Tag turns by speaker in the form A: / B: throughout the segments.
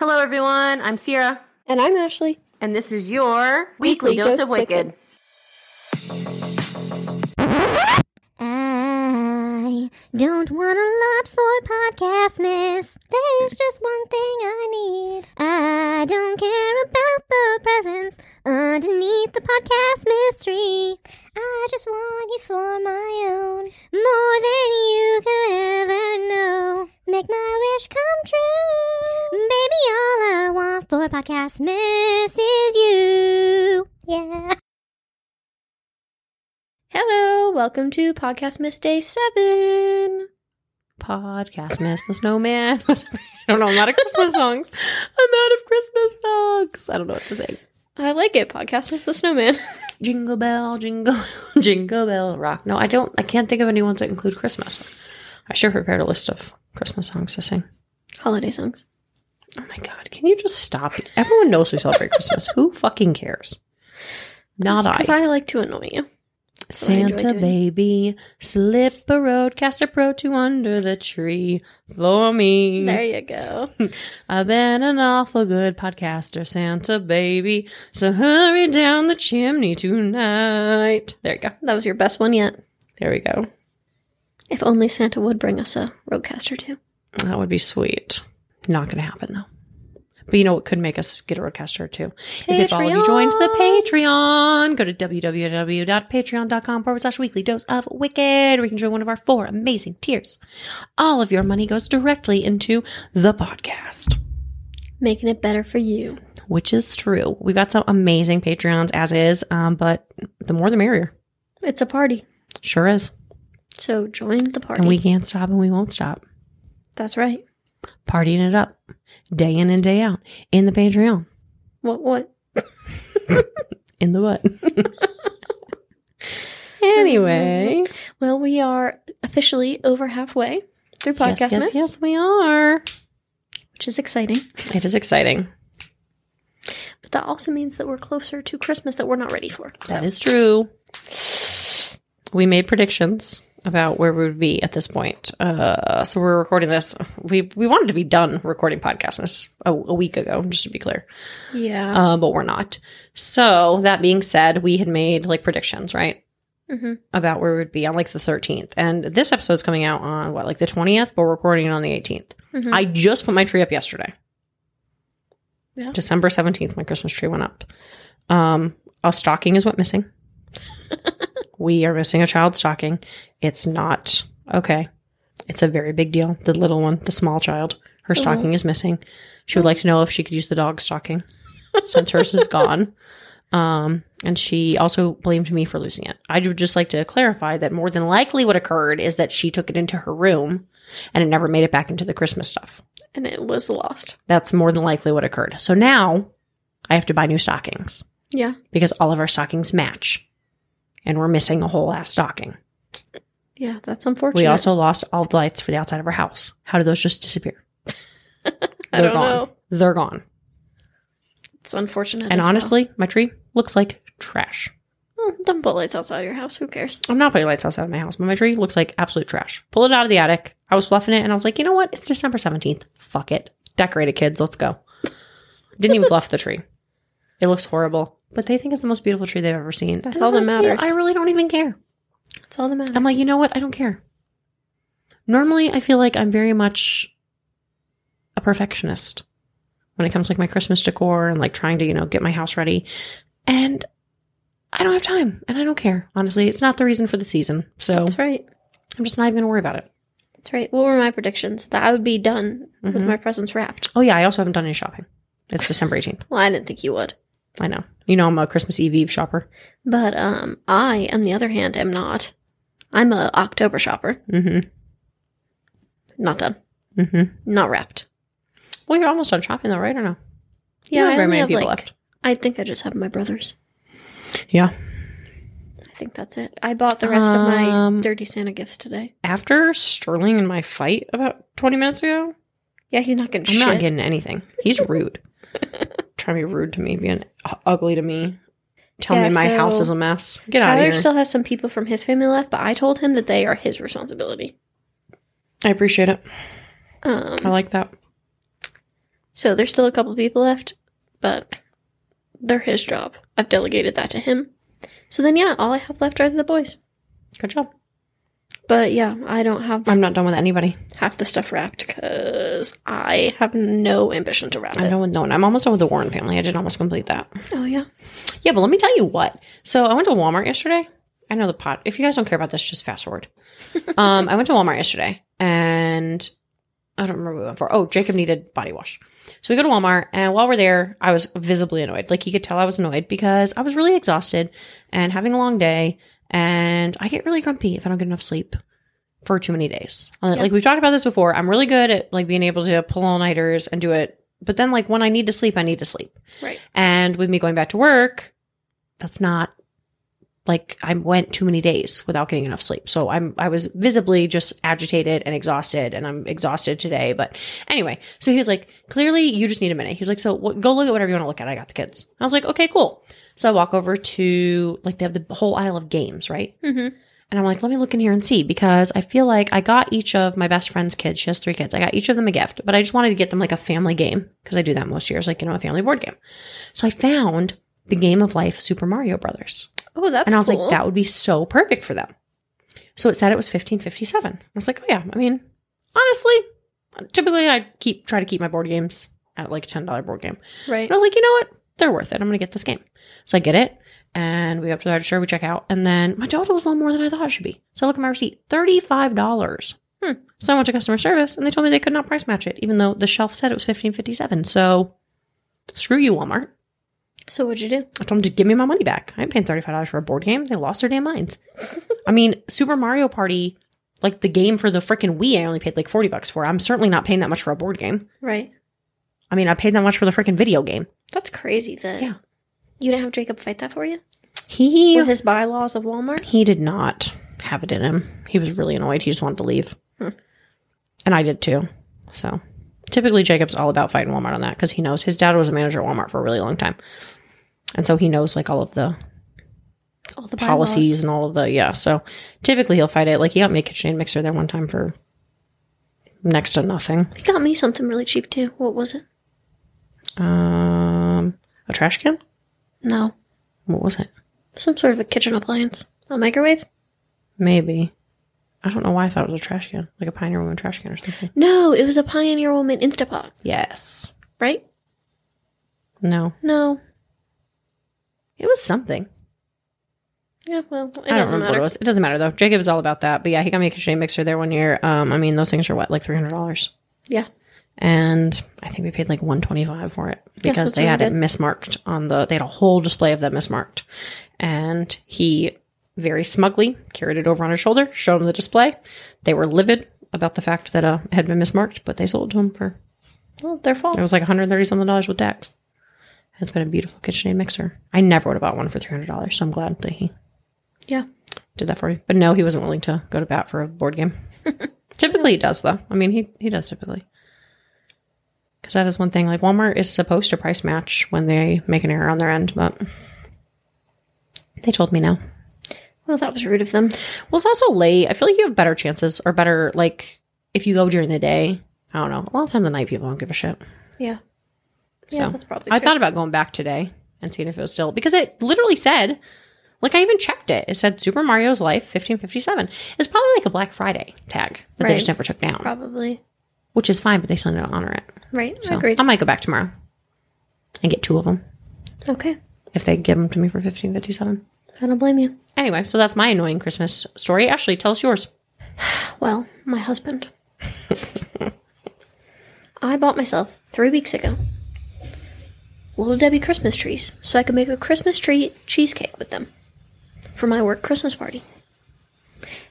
A: Hello, everyone. I'm Sierra,
B: And I'm Ashley.
A: and this is your weekly, dose of wicked.
C: I don't want a lot for podcastmas. There's just one thing I need. I don't care about the presents underneath the podcast mystery. I just want you for my own, more than you could ever know. Make my wish come true, baby. All I want for podcastmas is you. Yeah.
B: Hello, welcome to Podcast Miss Day 7. Podcast Miss the Snowman. I don't know, I'm out of Christmas songs. I'm out of Christmas songs. I don't know what to say. I like it, Podcast Miss the Snowman. jingle bell, jingle, jingle bell rock. No, I don't, I can't think of any ones that include Christmas. I should have prepared a list of Christmas songs to sing.
D: Holiday songs.
B: Oh my god, can you just stop? Everyone knows we celebrate Christmas. Who fucking cares? Not I.
D: Because I like to annoy you. So I enjoy
B: Santa
D: doing-
B: baby, slip a road, cast a pro to under the tree for me.
D: There you go.
B: I've been an awful good podcaster, Santa baby. So hurry down the chimney tonight. There you go.
D: That was your best one yet.
B: There we go.
D: If only Santa would bring us a roadcaster too.
B: That would be sweet. Not going to happen though. But you know what could make us get a roadcaster too? Is if all of you joined the Patreon. Go to www.patreon.com forward slash weekly dose of wicked, where you can join one of our four amazing tiers. All of your money goes directly into the podcast,
D: Making it better for you.
B: which is true. We've got some amazing Patreons as is, um, but the more the merrier.
D: It's a party.
B: Sure is.
D: So join the party.
B: And we can't stop and we won't stop.
D: That's right.
B: Partying it up day in and day out in the Patreon.
D: What what
B: in the butt. anyway,
D: well we are officially over halfway through
B: yes,
D: podcast
B: yes, yes, we are.
D: which is exciting.
B: It is exciting.
D: But that also means that we're closer to Christmas that we're not ready for. So
B: That is true. We made predictions about where we would be at this point. Uh, so we're recording this. We we wanted to be done recording podcastmas a, a week ago, just to be clear.
D: yeah.
B: Uh, but we're not. So that being said, we had made like predictions, right?
D: hmm
B: About where we would be on like the 13th. And this episode is coming out on what, like the 20th, but we're recording it on the 18th.
D: Mhm.
B: I just put my tree up yesterday.
D: Yeah.
B: December 17th, my Christmas tree went up. Um, a stocking is what missing. we are missing a child stocking. It's not okay. It's a very big deal. The little one, the small child, her
D: Uh-huh.
B: stocking is missing. She would like to know if she could use the dog stocking since hers is gone. Um, and she also blamed me for losing it. I would just like to clarify that more than likely what occurred is that she took it into her room and it never made it back into the Christmas stuff.
D: And it was lost.
B: That's more than likely what occurred. So now I have to buy new stockings
D: Yeah.
B: because all of our stockings match and we're missing a whole ass stocking.
D: Yeah, that's unfortunate.
B: We also lost all the lights for the outside of our house. How do those just disappear?
D: I don't
B: gone.
D: know.
B: They're gone.
D: It's unfortunate.
B: and
D: as well.
B: honestly, my tree looks like trash.
D: Well, don't put lights outside your house. Who cares?
B: I'm not putting lights outside of my house, but my tree looks like absolute trash. Pull it out of the attic. I was fluffing it and I was like, you know what? It's December 17th. Fuck it. Decorate it, kids. Let's go. Didn't even fluff the tree. It looks horrible, but they think it's the most beautiful tree they've ever seen. That's
D: And
B: all that
D: honestly,
B: matters. I really don't even care.
D: That's all that matters.
B: I'm like, you know what? I don't care. Normally, I feel like I'm very much a perfectionist when it comes to like my Christmas decor and like trying to, you know, get my house ready. And I don't have time and I don't care. Honestly, it's not the reason for the season. So
D: that's right.
B: I'm just not even going to worry about it.
D: That's right. What were my predictions? That I would be done with
B: Mhm.
D: my presents wrapped.
B: Oh, yeah. I also haven't done any shopping. It's December 18th.
D: Well, I didn't think you would.
B: I know. You know, I'm a Christmas Eve Eve shopper.
D: But um, I, on the other hand, am not. I'm a October shopper.
B: Mm
D: Not done.
B: hmm. Mm hmm.
D: Not wrapped.
B: Well, you're almost done shopping though, right or no?
D: Yeah,
B: Not
D: I
B: very
D: only
B: many
D: have
B: people
D: like,
B: left.
D: I think I just have my brother's.
B: Yeah.
D: I think that's it. I bought the rest of my
B: Um,
D: dirty Santa gifts today.
B: After Sterling and my fight about 20 minutes ago,
D: Yeah, he's not getting
B: I'm
D: shit.
B: not getting anything. He's rude. Trying to be rude to me, being u- ugly to me. Tell
D: Yeah,
B: me my
D: so
B: house is a mess. Get out of
D: Tyler
B: here.
D: still has some people from his family left, but I told him that they are his responsibility.
B: I appreciate it.
D: Um,
B: I like that.
D: so there's still a couple people left, but they're his job. I've delegated that to him. So then, yeah, all I have left are the boys.
B: Good job.
D: But yeah, I don't have
B: I'm not done with anybody.
D: half the stuff wrapped because I have no ambition to wrap
B: I'm
D: it.
B: done with no one. I'm almost done with the Warren family. I did almost complete that.
D: Oh yeah,
B: Yeah, but let me tell you what. So I went to Walmart yesterday. I know the pot. If you guys don't care about this, just fast forward. um, I went to Walmart yesterday, and I don't remember what we went for. Oh, Jacob needed body wash, so we go to Walmart. And while we're there, I was visibly annoyed. Like you could tell, I was annoyed because I was really exhausted and having a long day, and I get really grumpy if I don't get enough sleep for too many days. Uh, Like we've talked about this before. I'm really good at like being able to pull all nighters and do it, but then like when I need to sleep, I need to sleep.
D: right.
B: And with me going back to work, that's not like I went too many days without getting enough sleep. So I'm I was visibly just agitated and exhausted and I'm exhausted today. But anyway, so he was like, clearly you just need a minute. He's like, so what, go look at whatever you want to look at. I got the kids. I was like, okay, cool. So I walk over to like they have the whole aisle of games, right? And I'm like, let me look in here and see because I feel like I got each of my best friend's kids. She has three kids. I got each of them a gift, but I just wanted to get them like a family game because I do that most years, like, you know, a family board game. So I found the game of life Super Mario Brothers.
D: Oh, that's
B: and I was
D: cool.
B: like, that would be so perfect for them. So it said it was 1557. I was like, oh, yeah. I mean, honestly, typically I keep try to keep my board games at like a $10 board game.
D: right.
B: And I was like, you know what? They're worth it. I'm going to get this game. So I get it. And we go up to the register, we check out. And then my total was a little more than I thought it should be. So I look at my receipt $35. Hmm. So I went to customer service and they told me they could not price match it, even though the shelf said it was fifteen fifty seven. So screw you, Walmart.
D: So what'd you do?
B: I told them to give me my money back. I ain't paying $35 for a board game. They lost their damn minds. I mean, Super Mario Party, like the game for the freaking Wii, I only paid like 40 bucks for. I'm certainly not paying that much for a board game.
D: Right.
B: I mean, I paid that much for the freaking video game.
D: That's crazy that
B: Yeah.
D: you didn't have Jacob fight that for you
B: He
D: with his bylaws of Walmart.
B: He did not have it in him. He was really annoyed. He just wanted to leave. And I did too. So typically, Jacob's all about fighting Walmart on that because he knows his dad was a manager at Walmart for a really long time. And so he knows like all of the
D: All the bylaws.
B: policies and all of the, yeah. So typically, he'll fight it. Like he got me a KitchenAid mixer there one time for next to nothing.
D: He got me something really cheap too. What was it?
B: Um, a trash can?
D: No,
B: What was it?
D: some sort of a kitchen appliance. A microwave?
B: Maybe. I don't know why I thought it was a trash can, like a Pioneer Woman trash can or something.
D: No, it was a Pioneer Woman Instapot,
B: Yes.
D: right?
B: No.
D: No.
B: It was something.
D: Yeah, well, it
B: I don't
D: doesn't
B: remember what
D: matter.
B: it was. It doesn't matter though. Jacob is all about that. But yeah, he got me a KitchenAid mixer there one year. Um, I mean, those things are what like three hundred dollars,
D: Yeah.
B: and I think we paid like one twenty five for it because
D: that's
B: they
D: what
B: had
D: we
B: it
D: did.
B: mismarked on the. They had a whole display of them mismarked, and he very smugly carried it over on his shoulder, showed him the display. They were livid about the fact that uh, it had been mismarked, but they sold it to him for
D: Well, their fault.
B: it was like one hundred thirty something dollars with tax. And It's been a beautiful KitchenAid mixer. I never would have bought one for three hundred dollars, so I'm glad that he
D: Yeah.
B: did that for you. But no, he wasn't willing to go to bat for a board game. typically, he does though. I mean, he he does typically. Because that is one thing. Like Walmart is supposed to price match when they make an error on their end, but they told me no.
D: Well, that was rude of them.
B: Well, it's also late. I feel like you have better chances or better like if you go during the day. I don't know. A lot of time the night people don't give a shit.
D: Yeah. Yeah,
B: So,
D: that's probably
B: I
D: true.
B: thought about going back today and seeing if it was still because it literally said, like I even checked it. It said Super Mario's Life 1557. It's probably like a Black Friday tag that they
D: Right.
B: just never took down,
D: Probably.
B: which is fine, but they still need to honor it.
D: Right?
B: So
D: Agreed.
B: I might go back tomorrow and get two of them
D: okay.
B: if they give them to me for 1557.
D: I don't blame you.
B: Anyway, so that's my annoying Christmas story. Ashley, tell us yours.
D: Well, my husband. I bought myself three weeks ago Little Debbie Christmas trees so I could make a Christmas tree cheesecake with them for my work Christmas party.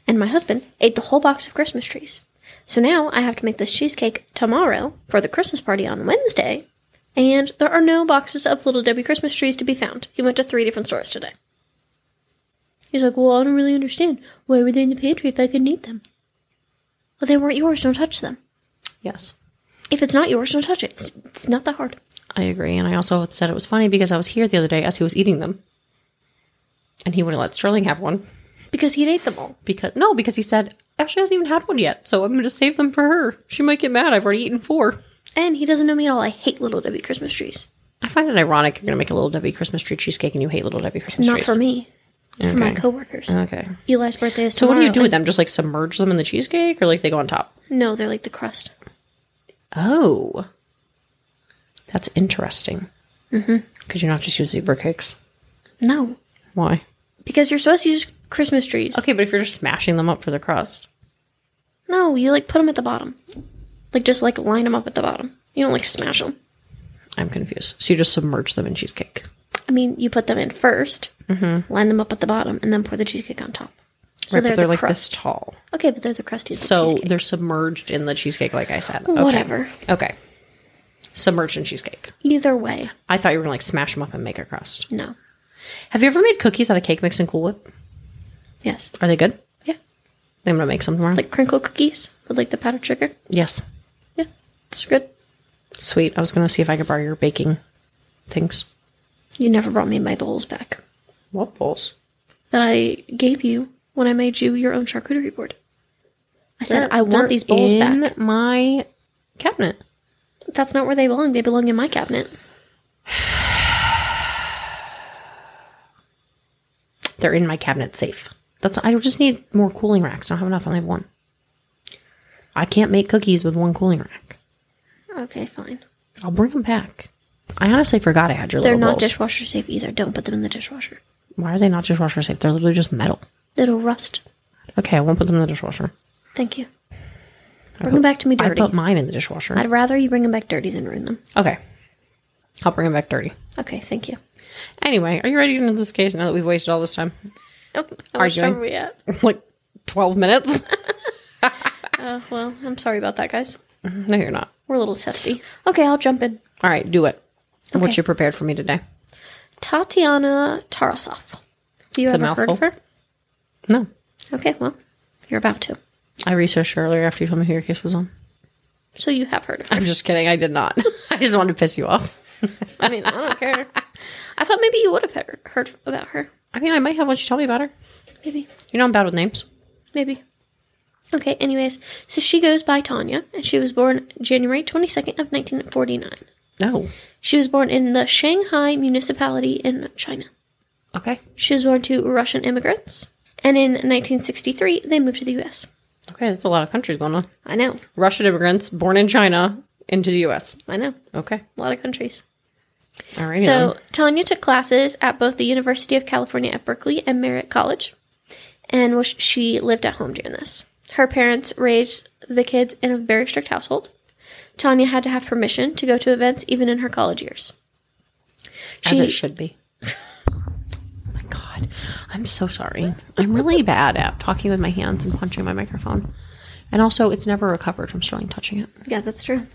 D: And my husband ate the whole box of Christmas trees. So now I have to make this cheesecake tomorrow for the Christmas party on Wednesday, and there are no boxes of Little Debbie Christmas trees to be found. He went to three different stores today. He's like, Well, I don't really understand. Why were they in the pantry if I couldn't eat them? Well, they weren't yours. Don't touch them.
B: Yes.
D: If it's not yours, don't touch it. It's, it's not that hard.
B: I agree. And I also said it was funny because I was here the other day as he was eating them. And he wouldn't let Sterling have one.
D: Because he'd ate them all.
B: Because no, because he said Ashley hasn't even had one yet, so I'm gonna save them for her. She might get mad. I've already eaten four.
D: And he doesn't know me at all. I hate Little Debbie Christmas trees.
B: I find it ironic you're gonna make a little Debbie Christmas tree cheesecake and you hate little Debbie Christmas
D: Not
B: trees.
D: for me. It's for my
B: Okay.
D: coworkers.
B: Okay.
D: Eli's birthday is
B: So what do you
D: tomorrow,
B: do with
D: and-
B: them? Just like submerge them in the cheesecake or like they go on top?
D: No, they're like the crust.
B: Oh. That's interesting. Mm-hmm. Could you not just use zebra cakes?
D: No.
B: Why?
D: Because you're supposed to use Christmas trees.
B: Okay, but if you're just smashing them up for the crust.
D: No, you like put them at the bottom. Like just like line them up at the bottom. You don't like smash them.
B: I'm confused. So you just submerge them in cheesecake.
D: I mean, you put them in 1st line them up at the bottom, and then pour the cheesecake on top.
B: Mm-hmm.
D: So
B: right,
D: they're,
B: but they're
D: the
B: like this
D: crust.
B: tall.
D: Okay, but they're the crusty. of the
B: So
D: cheesecake.
B: they're submerged in the cheesecake, like I said. Okay.
D: Whatever.
B: Okay. Submerged in cheesecake.
D: Either way,
B: I thought you were gonna like smash them up and make a crust.
D: no.
B: Have you ever made cookies out of cake mix and Cool Whip?
D: Yes.
B: Are they good?
D: Yeah.
B: I'm gonna make some tomorrow.
D: Like crinkle cookies with like the powdered sugar.
B: yes.
D: Yeah, it's good.
B: Sweet. I was gonna see if I could borrow your baking things.
D: You never brought me my bowls back
B: What bowls?
D: that I gave you when I made you your own charcuterie board. I said I want these bowls
B: in
D: back.
B: my cabinet.
D: That's not where they belong. They belong in my cabinet.
B: They're in my cabinet safe. That's I just need more cooling racks. I don't have enough. I only have one. I can't make cookies with one cooling rack.
D: Okay, fine.
B: I'll bring them back. I honestly forgot I had your
D: They're
B: little
D: not
B: bowls.
D: dishwasher safe either. Don't put them in the dishwasher.
B: Why are they not dishwasher safe? They're literally just metal.
D: It'll rust.
B: Okay, I won't put them in the dishwasher.
D: Thank you. Bring them back to me dirty.
B: I put mine in the dishwasher.
D: I'd rather you bring them back dirty than ruin them.
B: okay, I'll bring them back dirty.
D: Okay, thank you.
B: Anyway, are you ready to end this case now that we've wasted all this time?
D: How
B: Are
D: much
B: you
D: time
B: going-
D: are we at?
B: like twelve minutes?
D: Uh, well, I'm sorry about that, guys.
B: no, you're not.
D: We're a little testy. Okay, I'll jump in.
B: All right, do it. What
D: Okay.
B: you prepared for me today?
D: Tatiana Tarasov. Have you
B: It's a
D: ever heard of
B: mouthful.
D: her?
B: No,
D: Okay, well, you're about to.
B: I researched earlier after you told me who your case was on.
D: So you have heard of her.
B: I'm just kidding. I did not. I just wanted to piss you off.
D: I mean, I don't care. I thought maybe you would have heard, heard about her.
B: I mean, I might have once you tell me about her.
D: Maybe.
B: You know, I'm bad with names.
D: Maybe. Okay, anyways, so she goes by Tanya, and she was born January 22nd of 1949.
B: No.
D: She was born in the Shanghai municipality in China.
B: Okay.
D: She was born to Russian immigrants, and in 1963, they moved to the U.S.
B: Okay, that's a lot of countries going on.
D: I know,
B: Russian immigrants born in China into the U.S.
D: I know,
B: Okay.
D: a lot of countries.
B: All right.
D: So Tanya took classes at both the University of California at Berkeley and Merritt College, and was, she lived at home during this. Her parents raised the kids in a very strict household. Tanya had to have permission to go to events even in her college years.
B: as
D: She-
B: it should be. Oh my god, I'm so sorry. I'm really bad at talking with my hands and punching my microphone, and also it's never recovered from Sterling touching it.
D: Yeah, that's true.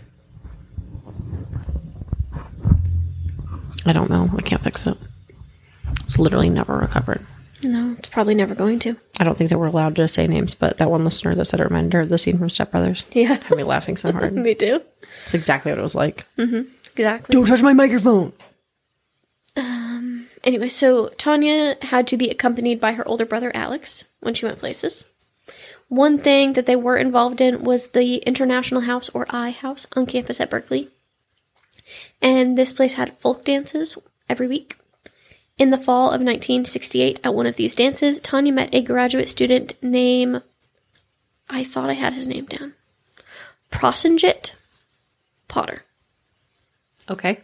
B: I don't know. I can't fix it. It's literally never recovered.
D: No, it's probably never going to.
B: I don't think that we're allowed to say names, but that one listener that said it reminded her of the scene from Step Brothers.
D: Yeah.
B: had me laughing so hard.
D: Me too.
B: It's exactly what it was like.
D: Exactly.
B: Don't touch my microphone.
D: Anyway, so Tanya had to be accompanied by her older brother Alex when she went places. One thing that they were involved in was the International House or I House on campus at Berkeley. And this place had folk dances every week. In the fall of 1968, at one of these dances, Tanya met a graduate student named, I thought I had his name down, Prosenjit Potter.
B: Okay.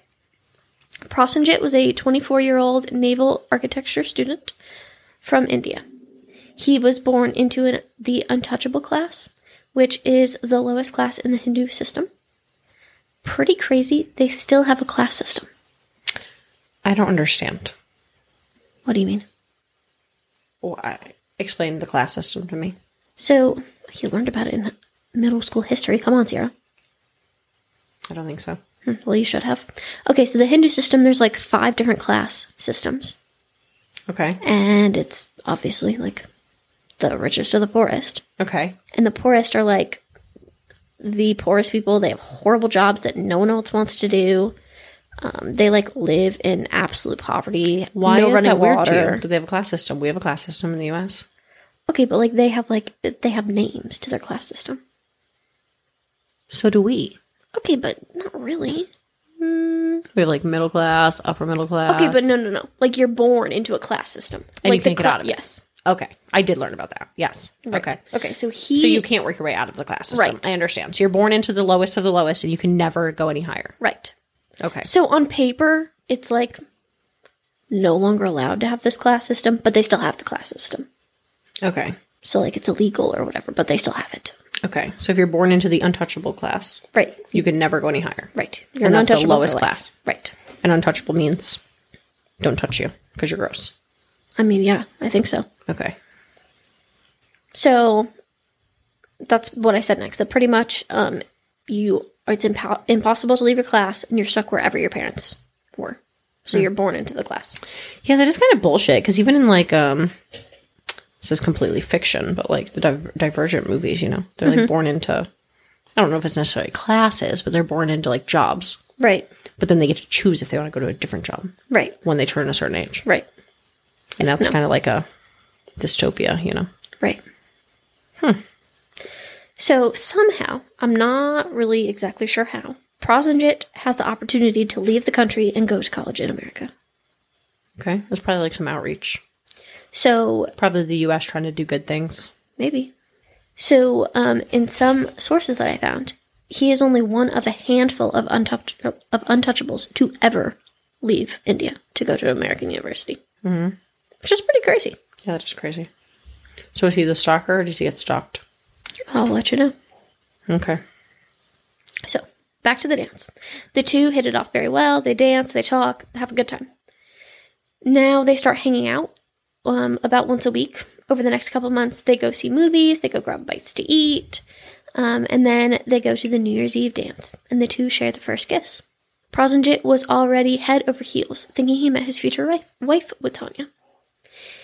D: Prosenjit was a 24 year old naval architecture student from India. He was born into an, the untouchable class, which is the lowest class in the Hindu system. Pretty crazy, they still have a class system.
B: I don't understand.
D: What do you mean?
B: Why? Explain the class system to me.
D: So, he learned about it in middle school history. Come on, Sierra.
B: I don't think so.
D: Hmm, Well, you should have. Okay, so the Hindu system, there's like five different class systems.
B: Okay.
D: And it's obviously like the richest of the poorest.
B: Okay.
D: And the poorest are like the poorest people. They have horrible jobs that no one else wants to do. Um, they like live in absolute poverty.
B: Why
D: no
B: is
D: running
B: that weird to
D: water.
B: you? Do they have a class system? We have a class system in the U.S.
D: Okay, but like they have like they have names to their class system.
B: So do we.
D: Okay, but not really.
B: We have like middle class, upper middle class.
D: Okay, but no, no, no. Like you're born into a class system.
B: And
D: like
B: you can't
D: the
B: get
D: cla-
B: out of it.
D: Yes.
B: Okay, I did learn about that. Yes. Okay.
D: Okay, so he.
B: So you can't work your way out of the class system.
D: Right.
B: I understand. So you're born into the lowest of the lowest, and you can never go any higher.
D: Right.
B: Okay.
D: So on paper, it's like no longer allowed to have this class system, but they still have the class system.
B: Okay.
D: So like it's illegal or whatever, but they still have it.
B: Okay. So if you're born into the untouchable class,
D: Right.
B: you can never go any higher.
D: Right.
B: and
D: an
B: that's the
D: untouchable for
B: lowest
D: life.
B: class.
D: Right.
B: And untouchable means don't touch you because you're gross.
D: I mean, yeah, I think so.
B: Okay.
D: So that's what I said next. That pretty much um you it's impo- impossible to leave your class and you're stuck wherever your parents were.
B: Hmm.
D: So you're born into the class.
B: Yeah, that is kind of bullshit. Because even in like, um, this is completely fiction, but like the div- Divergent movies, you know, they're like born into. I don't know if it's necessarily classes, but they're born into like jobs.
D: Right.
B: But then they get to choose if they want to go to a different job
D: Right.
B: when they turn a certain age,
D: Right.
B: and that's kind of like a dystopia, you know.
D: Right. Hmm. So somehow, I'm not really exactly sure how, Prozenjit has the opportunity to leave the country and go to college in America.
B: Okay, there's probably like some outreach.
D: So
B: Probably the U.S. trying to do good things.
D: maybe. So um, in some sources that I found, he is only one of a handful of, untouch- of untouchables to ever leave India to go to an American university, mm-hmm. which is pretty crazy.
B: Yeah, that is crazy. So is he the stalker, or does he get stalked?
D: I'll let you know.
B: Okay.
D: So back to the dance. The two hit it off very well. They dance, they talk, have a good time. Now they start hanging out um, about once a week. Over the next couple of months, they go see movies, they go grab bites to eat, um, and then they go to the New Year's Eve dance, and the two share the first kiss. Prozenjit was already head over heels, thinking he met his future wife, wife with Tanya.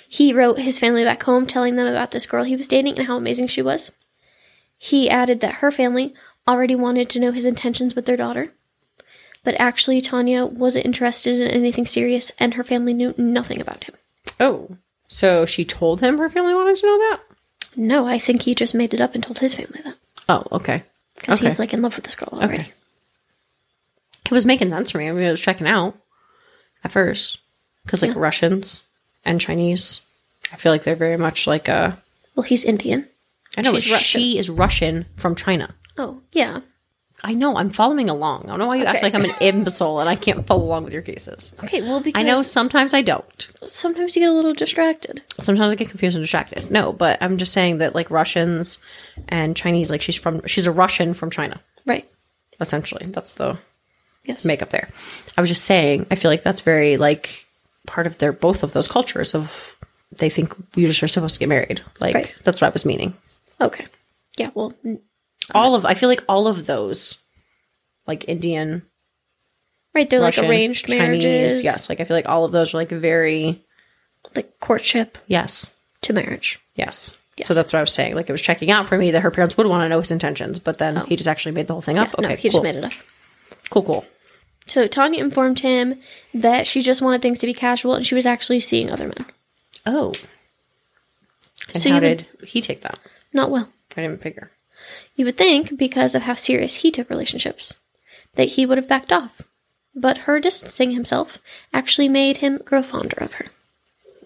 D: He wrote his family back home, telling them about this girl he was dating and how amazing she was. He added that her family already wanted to know his intentions with their daughter, but actually, Tanya wasn't interested in anything serious and her family knew nothing about him.
B: Oh, so she told him her family wanted to know that.
D: No, I think he just made it up and told his family that
B: Oh, okay.
D: because
B: Okay.
D: he's like in love with this girl already.
B: Okay. It was making sense for me. I mean, it was checking out at first because like Russians and Chinese, I feel like they're very much like a.
D: Well, he's Indian.
B: I know
D: She's
B: but she is Russian from China.
D: Oh, yeah.
B: I know. I'm following along. I don't know why you act
D: Okay.
B: like I'm an imbecile and I can't follow along with your cases.
D: Okay, well, because
B: I know sometimes I don't.
D: sometimes you get a little distracted.
B: Sometimes I get confused and distracted. No, but I'm just saying that like Russians and Chinese, like she's from she's a Russian from China.
D: Right.
B: essentially. That's the
D: Yes.
B: makeup there. I was just saying, I feel like that's very like part of their both of those cultures of they think you just are supposed to get married. Like
D: Right.
B: that's what I was meaning.
D: Okay. Yeah, well, n-
B: All of I feel like all of those like Indian,
D: right. They're
B: Russian,
D: like arranged
B: Chinese,
D: marriages.
B: yes. Like I feel like all of those are like very
D: Like courtship
B: yes,
D: to marriage.
B: yes.
D: Yes.
B: So that's what I was saying. Like it was checking out for me that her parents would want to know his intentions, but then he just actually made the whole thing up.
D: no,
B: okay,
D: he
B: cool.
D: just made it up.
B: cool, cool.
D: So Tanya informed him that she just wanted things to be casual and she was actually seeing other men.
B: Oh, and
D: So
B: how
D: you would-
B: did he take that?
D: Not well.
B: I didn't figure.
D: You would think, because of how serious he took relationships, that he would have backed off. But her distancing himself actually made him grow fonder of her.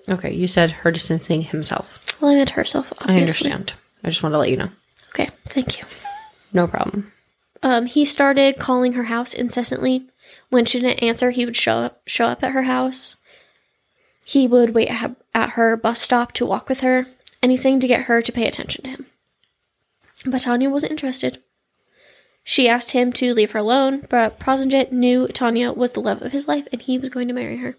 B: Okay, you said her distancing himself.
D: Well, I meant herself, obviously.
B: I understand. I just want to let you know.
D: Okay, thank you.
B: No problem.
D: Um, he started calling her house incessantly. When she didn't answer, he would show up, show up at her house. He would wait ha- at her bus stop to walk with her, anything to get her to pay attention to him. But Tanya wasn't interested. She asked him to leave her alone, but Prozenjit knew Tanya was the love of his life and he was going to marry her.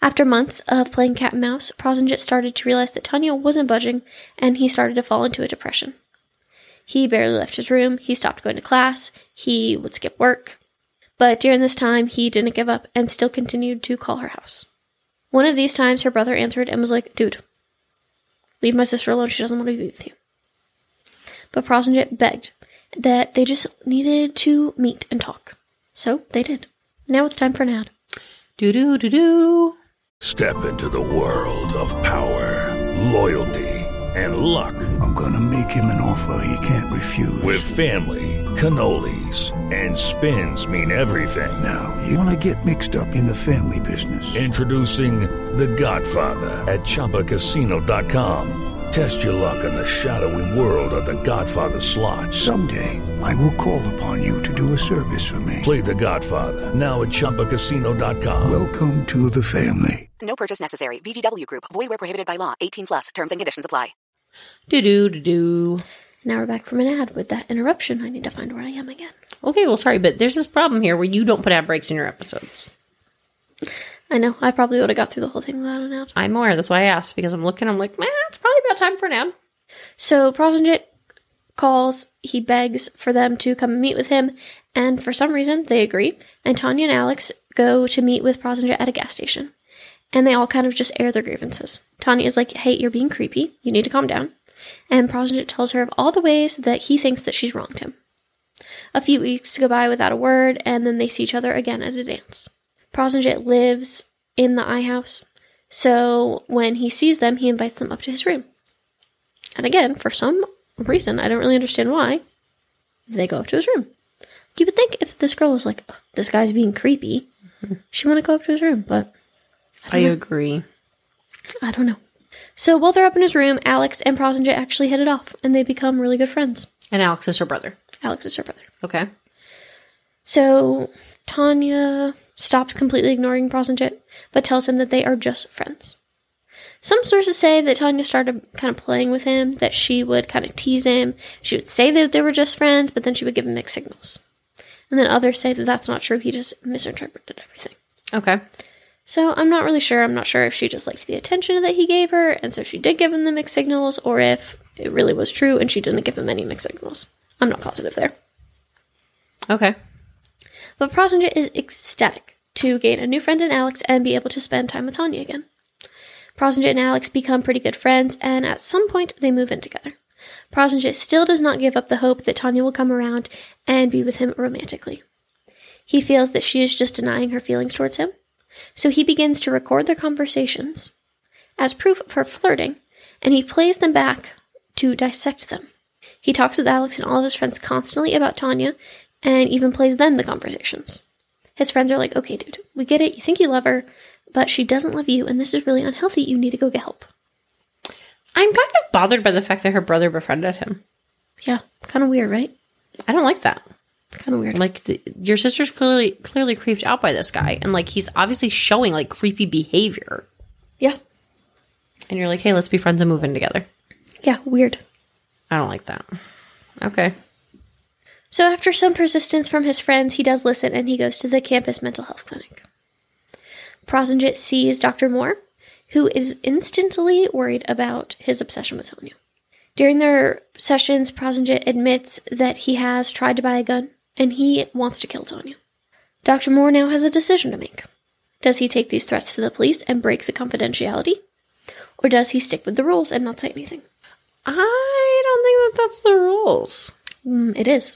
D: After months of playing cat and mouse, Prozenjit started to realize that Tanya wasn't budging and he started to fall into a depression. He barely left his room. He stopped going to class. He would skip work. But during this time, he didn't give up and still continued to call her house. One of these times, her brother answered and was like, Dude, leave my sister alone. She doesn't want to be with you. But Prosenjit begged that they just needed to meet and talk. So they did. Now it's time for an ad.
B: Do do do do.
E: Step into the world of power, loyalty, and luck.
F: I'm going to make him an offer he can't refuse.
E: With family, cannolis, and spins mean everything.
F: Now, you want to get mixed up in the family business.
E: Introducing The Godfather at ChumbaCasino.com. Test your luck in the shadowy world of The Godfather slot.
F: Someday, I will call upon you to do a service for me.
E: Play The Godfather now at ChumbaCasino.com.
F: Welcome to the family.
G: No purchase necessary. VGW Group. Void where prohibited by law. 18 plus. Terms and conditions apply.
B: Do do do do.
D: Now we're back from an ad with that interruption. I need to find where I am again.
B: Okay, well, sorry, but there's this problem here where you don't put ad breaks in your episodes.
D: I know, I probably would have got through the whole thing without an ad.
B: I'm aware. That's why I asked because I'm looking. I'm like, man, it's probably about time for an ad.
D: So Prosenjit calls, he begs for them to come meet with him, and for some reason they agree. And Tanya and Alex go to meet with Prosenjit at a gas station. And they all kind of just air their grievances. Tanya is like, hey, you're being creepy. You need to calm down. And Prosenjit tells her of all the ways that he thinks that she's wronged him. A few weeks go by without a word, and then they see each other again at a dance. Prosenjit lives in the eye house, so when he sees them, he invites them up to his room. And again, for some reason, I don't really understand why, they go up to his room. You would think if this girl is like, "Ugh, this guy's being creepy, she want to go up to his room, but
B: I agree.
D: I don't know. So while they're up in his room, Alex and Prosenjit actually hit it off, and they become really good friends.
B: And Alex is her brother.
D: Alex is her brother.
B: Okay.
D: So Tanya stops completely ignoring Prosenjit, but tells him that they are just friends. Some sources say that Tanya started kind of playing with him, that she would kind of tease him. She would say that they were just friends, but then she would give him mixed signals. And then others say that that's not true. He just misinterpreted everything.
B: Okay.
D: So I'm not really sure. I'm not sure if she just liked the attention that he gave her, and so she did give him the mixed signals, or if it really was true and she didn't give him any mixed signals. I'm not positive there.
B: Okay.
D: But Prosenjit is ecstatic to gain a new friend in Alex and be able to spend time with Tanya again. Prosenjit and Alex become pretty good friends, and at some point they move in together. Prosenjit still does not give up the hope that Tanya will come around and be with him romantically. He feels that she is just denying her feelings towards him, so he begins to record their conversations as proof of her flirting, and he plays them back to dissect them. He talks with Alex and all of his friends constantly about Tanya and even plays them the conversations. His friends are like, okay, dude, we get it. You think you love her, but she doesn't love you, and this is really unhealthy. You need to go get help.
B: I'm kind of bothered by the fact that her brother befriended him.
D: Yeah, kind of weird, right?
B: I don't like that.
D: Kind of weird.
B: Like the, your sister's clearly clearly creeped out by this guy, and like he's obviously showing like creepy behavior.
D: Yeah,
B: And you're like, hey, let's be friends and move in together.
D: yeah, weird.
B: I don't like that. Okay.
D: So, after some persistence from his friends, he does listen and he goes to the campus mental health clinic. Prosenjit sees Dr. Moore, who is instantly worried about his obsession with Sonia. During their sessions, Prosenjit admits that he has tried to buy a gun and he wants to kill Sonia. Dr. Moore now has a decision to make. Does he take these threats to the police and break the confidentiality? Or does he stick with the rules and not say anything?
B: I don't think that that's the rules.
D: Mm, it is.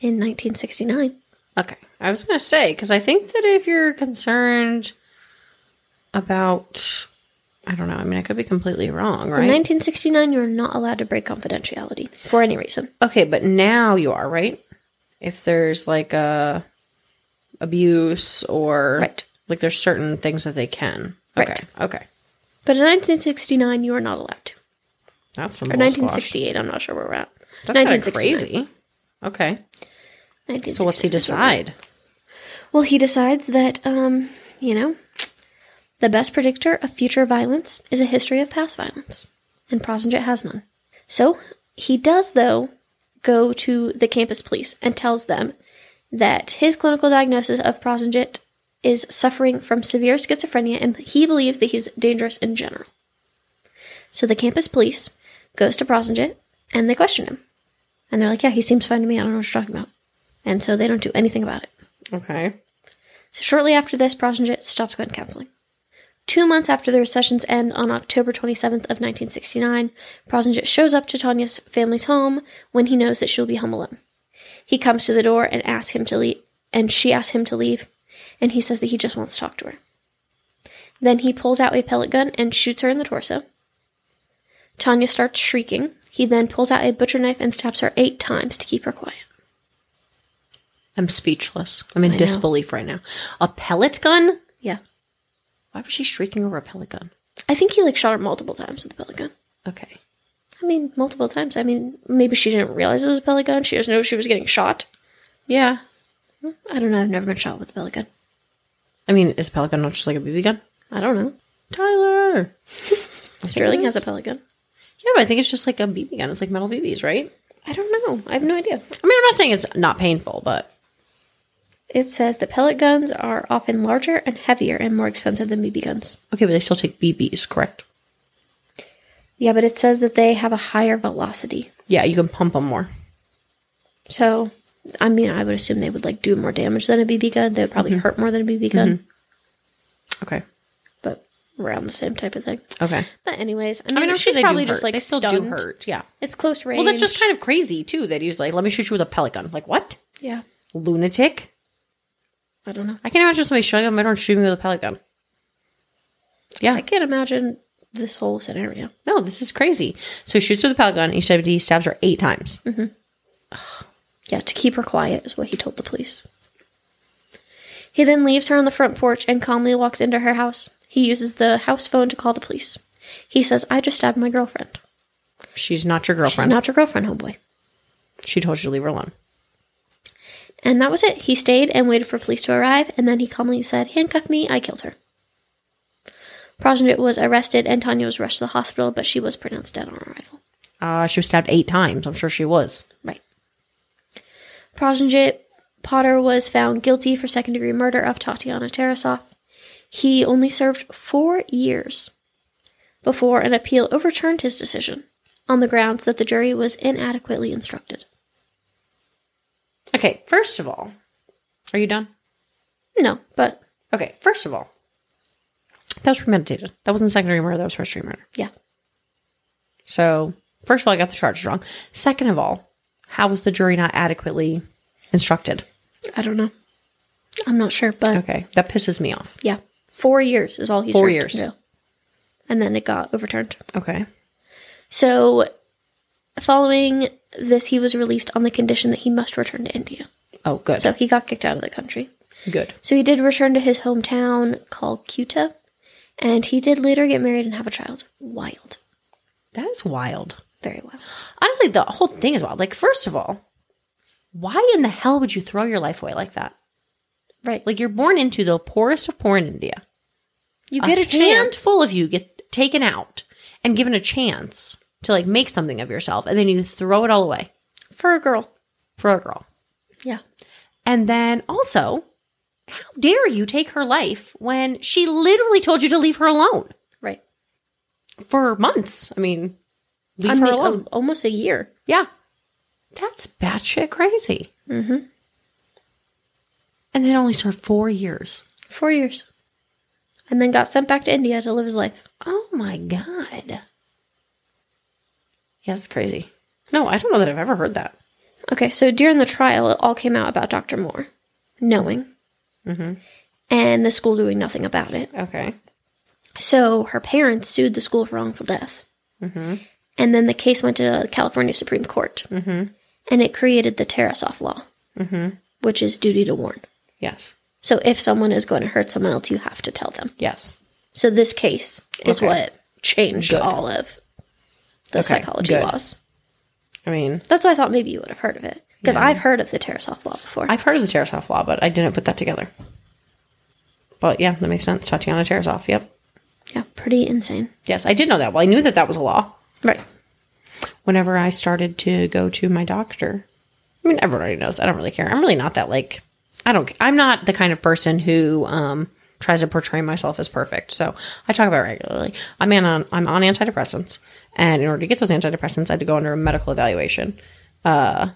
D: In 1969.
B: Okay. I was going to say, because I think that if you're concerned about, I don't know, I mean, I could be completely wrong, right?
D: In 1969, you're not allowed to break confidentiality for any reason.
B: okay, but now you are, right? If there's like a abuse or
D: Right.
B: like there's certain things that they can.
D: Right.
B: Okay. Okay.
D: But in 1969, you are not allowed to.
B: That's some
D: Or
B: bull squash.
D: 1968, I'm not sure where we're at.
B: That's kinda
D: 1969.
B: crazy. Okay.
D: 1969.
B: So what's he decide?
D: Well, he decides that, um, you know, the best predictor of future violence is a history of past violence, and Prosenjit has none. So he does, though, go to the campus police and tells them that his clinical diagnosis of Prosenjit is suffering from severe schizophrenia and he believes that he's dangerous in general. So the campus police goes to Prosenjit And they question him. And they're like, yeah, he seems fine to me. I don't know what you're talking about. And so they don't do anything about it.
B: Okay.
D: So shortly after this, Prosenjit stops going to counseling. Two months after their sessions end on October 27th of 1969, Prosenjit shows up to Tanya's family's home when he knows that she'll be home alone. He comes to the door and asks him to leave, and she asks him to leave, and he says that he just wants to talk to her. Then he pulls out a pellet gun and shoots her in the torso. Tanya starts shrieking. He then pulls out a butcher knife and stabs her eight times to keep her quiet.
B: I'm speechless. I'm in
D: I know.
B: disbelief right now. A pellet gun?
D: Yeah.
B: Why was she shrieking over a pellet gun?
D: I think he like shot her multiple times with the pellet gun.
B: Okay.
D: I mean, multiple times. I mean, maybe she didn't realize it was a pellet gun. She doesn't know she was getting shot.
B: Yeah.
D: I don't know. I've never been shot with a pellet gun.
B: I mean, is a pellet gun not just like a BB gun?
D: I don't know.
B: Tyler.
D: Sterling has a pellet gun.
B: Yeah, but I think it's just like a BB gun. It's like metal BBs, right?
D: I don't know. I have no idea.
B: I mean, I'm not saying it's not painful, but
D: It says that pellet guns are often larger and heavier and more expensive than BB guns.
B: okay, but they still take BBs, correct?
D: Yeah, but it says that they have a higher velocity.
B: Yeah, you can pump them more.
D: So, I mean, I would assume they would like do more damage than a BB gun. They would probably hurt more than a BB gun,
B: Okay.
D: but around the same type of thing.
B: Okay.
D: But anyways, I mean, she's
B: they do
D: probably
B: hurt.
D: just like
B: they still do
D: stunned.
B: hurt. Yeah.
D: It's close range.
B: Well, that's just kind of crazy too. That he was like, "Let me shoot you with a pellet gun." Like what?
D: yeah.
B: Lunatic!
D: I don't know.
B: I can't imagine somebody showing up my door and shooting me with a pellet gun. Yeah.
D: I can't imagine this whole scenario.
B: No, this is crazy. So he shoots her with a pellet gun. And he said he stabs her eight times.
D: Yeah, to keep her quiet is what he told the police. He then leaves her on the front porch and calmly walks into her house. He uses the house phone to call the police. He says, I just stabbed my girlfriend.
B: She's not your
D: She's
B: girlfriend.
D: not your girlfriend, homeboy.
B: she told you to leave her alone.
D: And that was it. He stayed and waited for police to arrive, and then he calmly said, Handcuff me, I killed her. Prosenjit was arrested, and Tanya was rushed to the hospital, but she was pronounced dead on arrival.
B: Uh, she was stabbed eight times. I'm sure she was.
D: Right. Prosenjit Potter was found guilty for second degree murder of Tatiana Tarasov. He only served four years before an appeal overturned his decision on the grounds that the jury was inadequately instructed.
B: Okay. First of all, are you done?
D: No, but
B: Okay. First of all, that was premeditated. That wasn't secondary murder. That was first degree murder.
D: yeah,
B: So, first of all, I got the charges wrong. Second of all, how was the jury not adequately instructed?
D: I don't know. I'm not sure, but
B: Okay, that pisses me off.
D: yeah, four years is all he
B: Four
D: served in
B: years.
D: jail. and then it got overturned.
B: Okay.
D: So, following this, he was released on the condition that he must return to India.
B: Oh, good.
D: So he got kicked out of the country.
B: good.
D: So he did return to his hometown called Cuta, and he did later get married and have a child. Wild.
B: That is wild.
D: Very wild.
B: Honestly, the whole thing is wild. Like, first of all, why in the hell would you throw your life away like that?
D: Right. Like
B: Like, you're born into the poorest of poor in India.
D: you get a, chance.
B: handful of you get taken out and given a chance to like make something of yourself, and then you throw it all away
D: for a girl.
B: for a girl.
D: Yeah.
B: And then also, how dare you take her life when she literally told you to leave her alone
D: Right.
B: for months? I mean, leave
D: I
B: her
D: mean,
B: alone.
D: al- almost a year.
B: yeah. That's batshit crazy.
D: Mm-hmm.
B: And then only served four years.
D: Four years. And then got sent back to India to live his life.
B: Oh my God. Yeah, that's crazy. No, I don't know that I've ever heard that.
D: Okay, so during the trial, it all came out about Dr. Moore knowing and the school doing nothing about it.
B: Okay.
D: So her parents sued the school for wrongful death.
B: Mm-hmm.
D: And then the case went to the California Supreme Court.
B: Mm-hmm.
D: And it created the Tarasoff law, which is duty to warn.
B: Yes.
D: So if someone is going to hurt someone else, you have to tell them.
B: Yes.
D: So this case is
B: Okay.
D: what changed
B: Good.
D: all of the
B: Okay,
D: psychology
B: good.
D: laws.
B: I mean,
D: That's why I thought maybe you would have heard of it. Because I've heard of the Tarasoff law before.
B: I've heard of the Tarasov law, but I didn't put that together. But yeah, that makes sense. Tatiana Tarasov. Yep.
D: yeah, pretty insane.
B: Yes, I did know that. Well, I knew that that was a law.
D: Right.
B: Whenever I started to go to my doctor, I mean, everyone already knows. I don't really care. I'm really not that like. I don't. I'm not the kind of person who um, tries to portray myself as perfect. So I talk about it regularly. I'm on I'm on antidepressants, and in order to get those antidepressants, I had to go under a medical evaluation. Uh,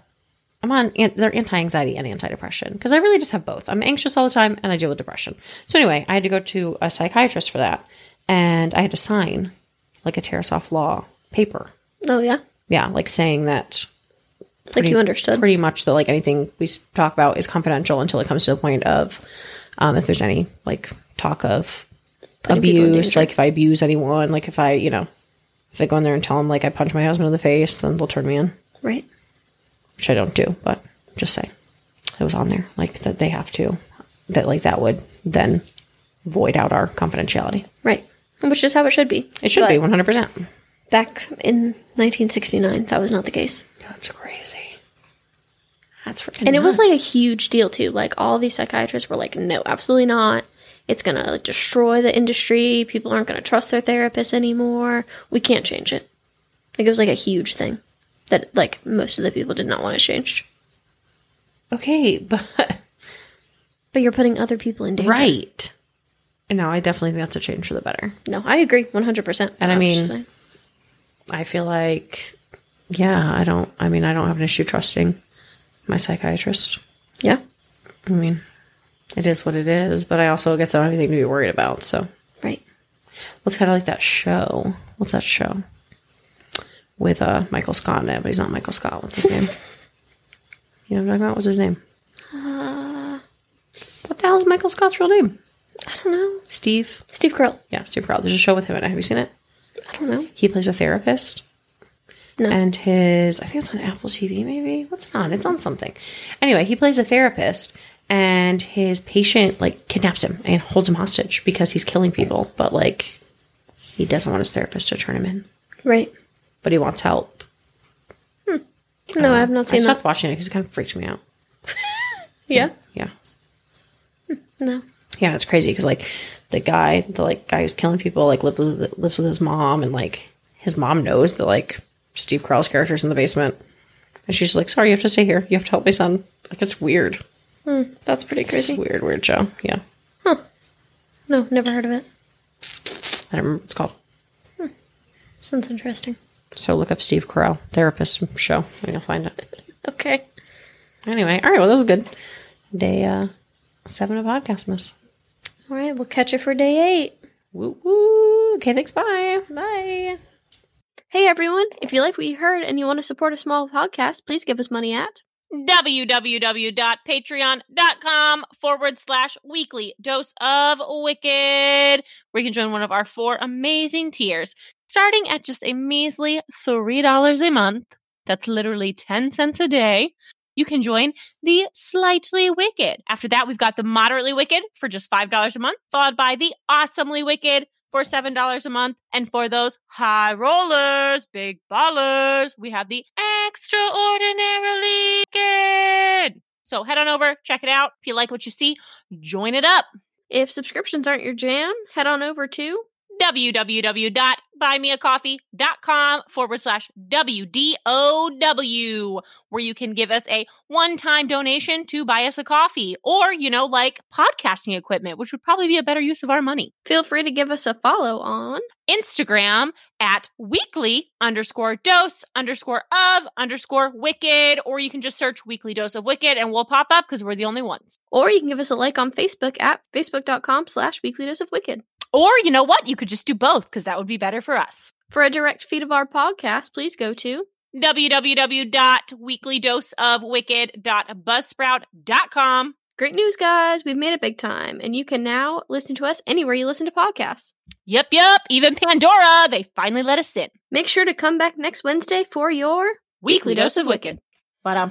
B: I'm on an- they're anti-anxiety and anti-depression because I really just have both. I'm anxious all the time, and I deal with depression. So anyway, I had to go to a psychiatrist for that, and I had to sign like a Tarasoff law paper.
D: Oh yeah.
B: Yeah, like saying that
D: like you understood.
B: pretty much that like anything we s- talk about is confidential until it comes to the point of um, if there's any like talk of
D: Putting people in
B: abuse
D: danger.
B: like if i abuse anyone like if i you know if i go in there and tell them like i punch my husband in the face then they'll turn me in
D: Right.
B: which i don't do but just say it was on there like that they have to that like that would then void out our confidentiality
D: Right. Which is how it should be.
B: it should be 100%
D: Back in 1969, that was not the case.
B: that's crazy that's freaking
D: And it was
B: nuts.
D: like a huge deal too. Like all these psychiatrists were like, "No, absolutely not. It's going to like destroy the industry. People aren't going to trust their therapists anymore. We can't change it." Like it was like a huge thing that like most of the people did not want to change.
B: okay but
D: But you're putting other people in danger.
B: right no i definitely think that's a change for the better
D: No, I agree 100%.
B: And I
D: I'm just
B: mean-
D: saying.
B: I feel like, yeah, I don't, I mean, I don't have an issue trusting my psychiatrist.
D: yeah.
B: I mean, it is what it is, but I also guess I don't have anything to be worried about. So well,
D: Right.
B: it's kind of like that show. What's that show? With uh, Michael Scott in it, but he's not Michael Scott. What's his name? you know what I'm talking about? What's his name? what the hell is Michael Scott's real name?
D: Uh, I don't know.
B: Steve.
D: Steve Carell.
B: Yeah, Steve Carell. There's a show with him in it. Have you seen it?
D: I don't know.
B: He plays a therapist.
D: No.
B: And his, I think it's on Apple TV, maybe. What's it on? It's on something. Anyway, he plays a therapist, and his patient like kidnaps him and holds him hostage because he's killing people, but like he doesn't want his therapist to turn him in,
D: Right.
B: but he wants help.
D: No, I have not
B: Uh, I
D: seen
B: stopped
D: that.
B: watching it because it kind of freaked me out.
D: Yeah.
B: Yeah,
D: Hmm, No.
B: yeah, it's crazy because like the guy, the like guy who's killing people, like lives with, lives with his mom, and like his mom knows that like Steve Carell's character's in the basement, and she's like, "Sorry, you have to stay here. You have to help my son." Like it's weird.
D: That's pretty
B: It's
D: crazy.
B: weird, weird show. Yeah.
D: No, never heard of it.
B: I don't remember what it's called.
D: Sounds interesting.
B: So look up Steve Carell, therapist show, and you'll find it.
D: Okay.
B: Anyway, all right, well, that was good. Day uh, seven of Podcast Miss.
D: All right, we'll catch you for day eight.
B: Woo woo. Okay, thanks. Bye.
D: Bye. Hey everyone, if you like what you heard and you want to support a small podcast, please give us money at
H: www.patreon.com forward slash weekly dose of wicked, where you can join one of our four amazing tiers, starting at just a measly $3 a month. That's literally 10 cents a day. You can join the slightly wicked. After that, we've got the moderately wicked for just $5 a month, followed by the awesomely wicked for $7 a month. And for those high rollers, big ballers, we have the extraordinarily wicked. So head on over, check it out. If you like what you see, join it up.
D: If subscriptions aren't your jam, head on over to
H: www.buymeacoffee.com forward slash WDOW, where you can give us a one time donation to buy us a coffee or, you know, like podcasting equipment, which would probably be a better use of our money.
D: Feel free to give us a follow on
H: Instagram at weekly underscore dose underscore of underscore wicked, or you can just search weekly dose of wicked and we'll pop up because we're the only ones.
D: or you can give us a like on Facebook at facebook.com slash weekly dose of wicked.
H: Or you know what? You could just do both because that would be better for us.
D: For a direct feed of our podcast, please go to
H: www.weeklydoseofwicked.buzzsprout.com.
D: Great news guys, we've made it big time and you can now listen to us anywhere you listen to podcasts.
H: Yep, yep. Even Pandora, they finally let us in.
D: Make sure to come back next Wednesday for your
H: Weekly dose of wicked. But um.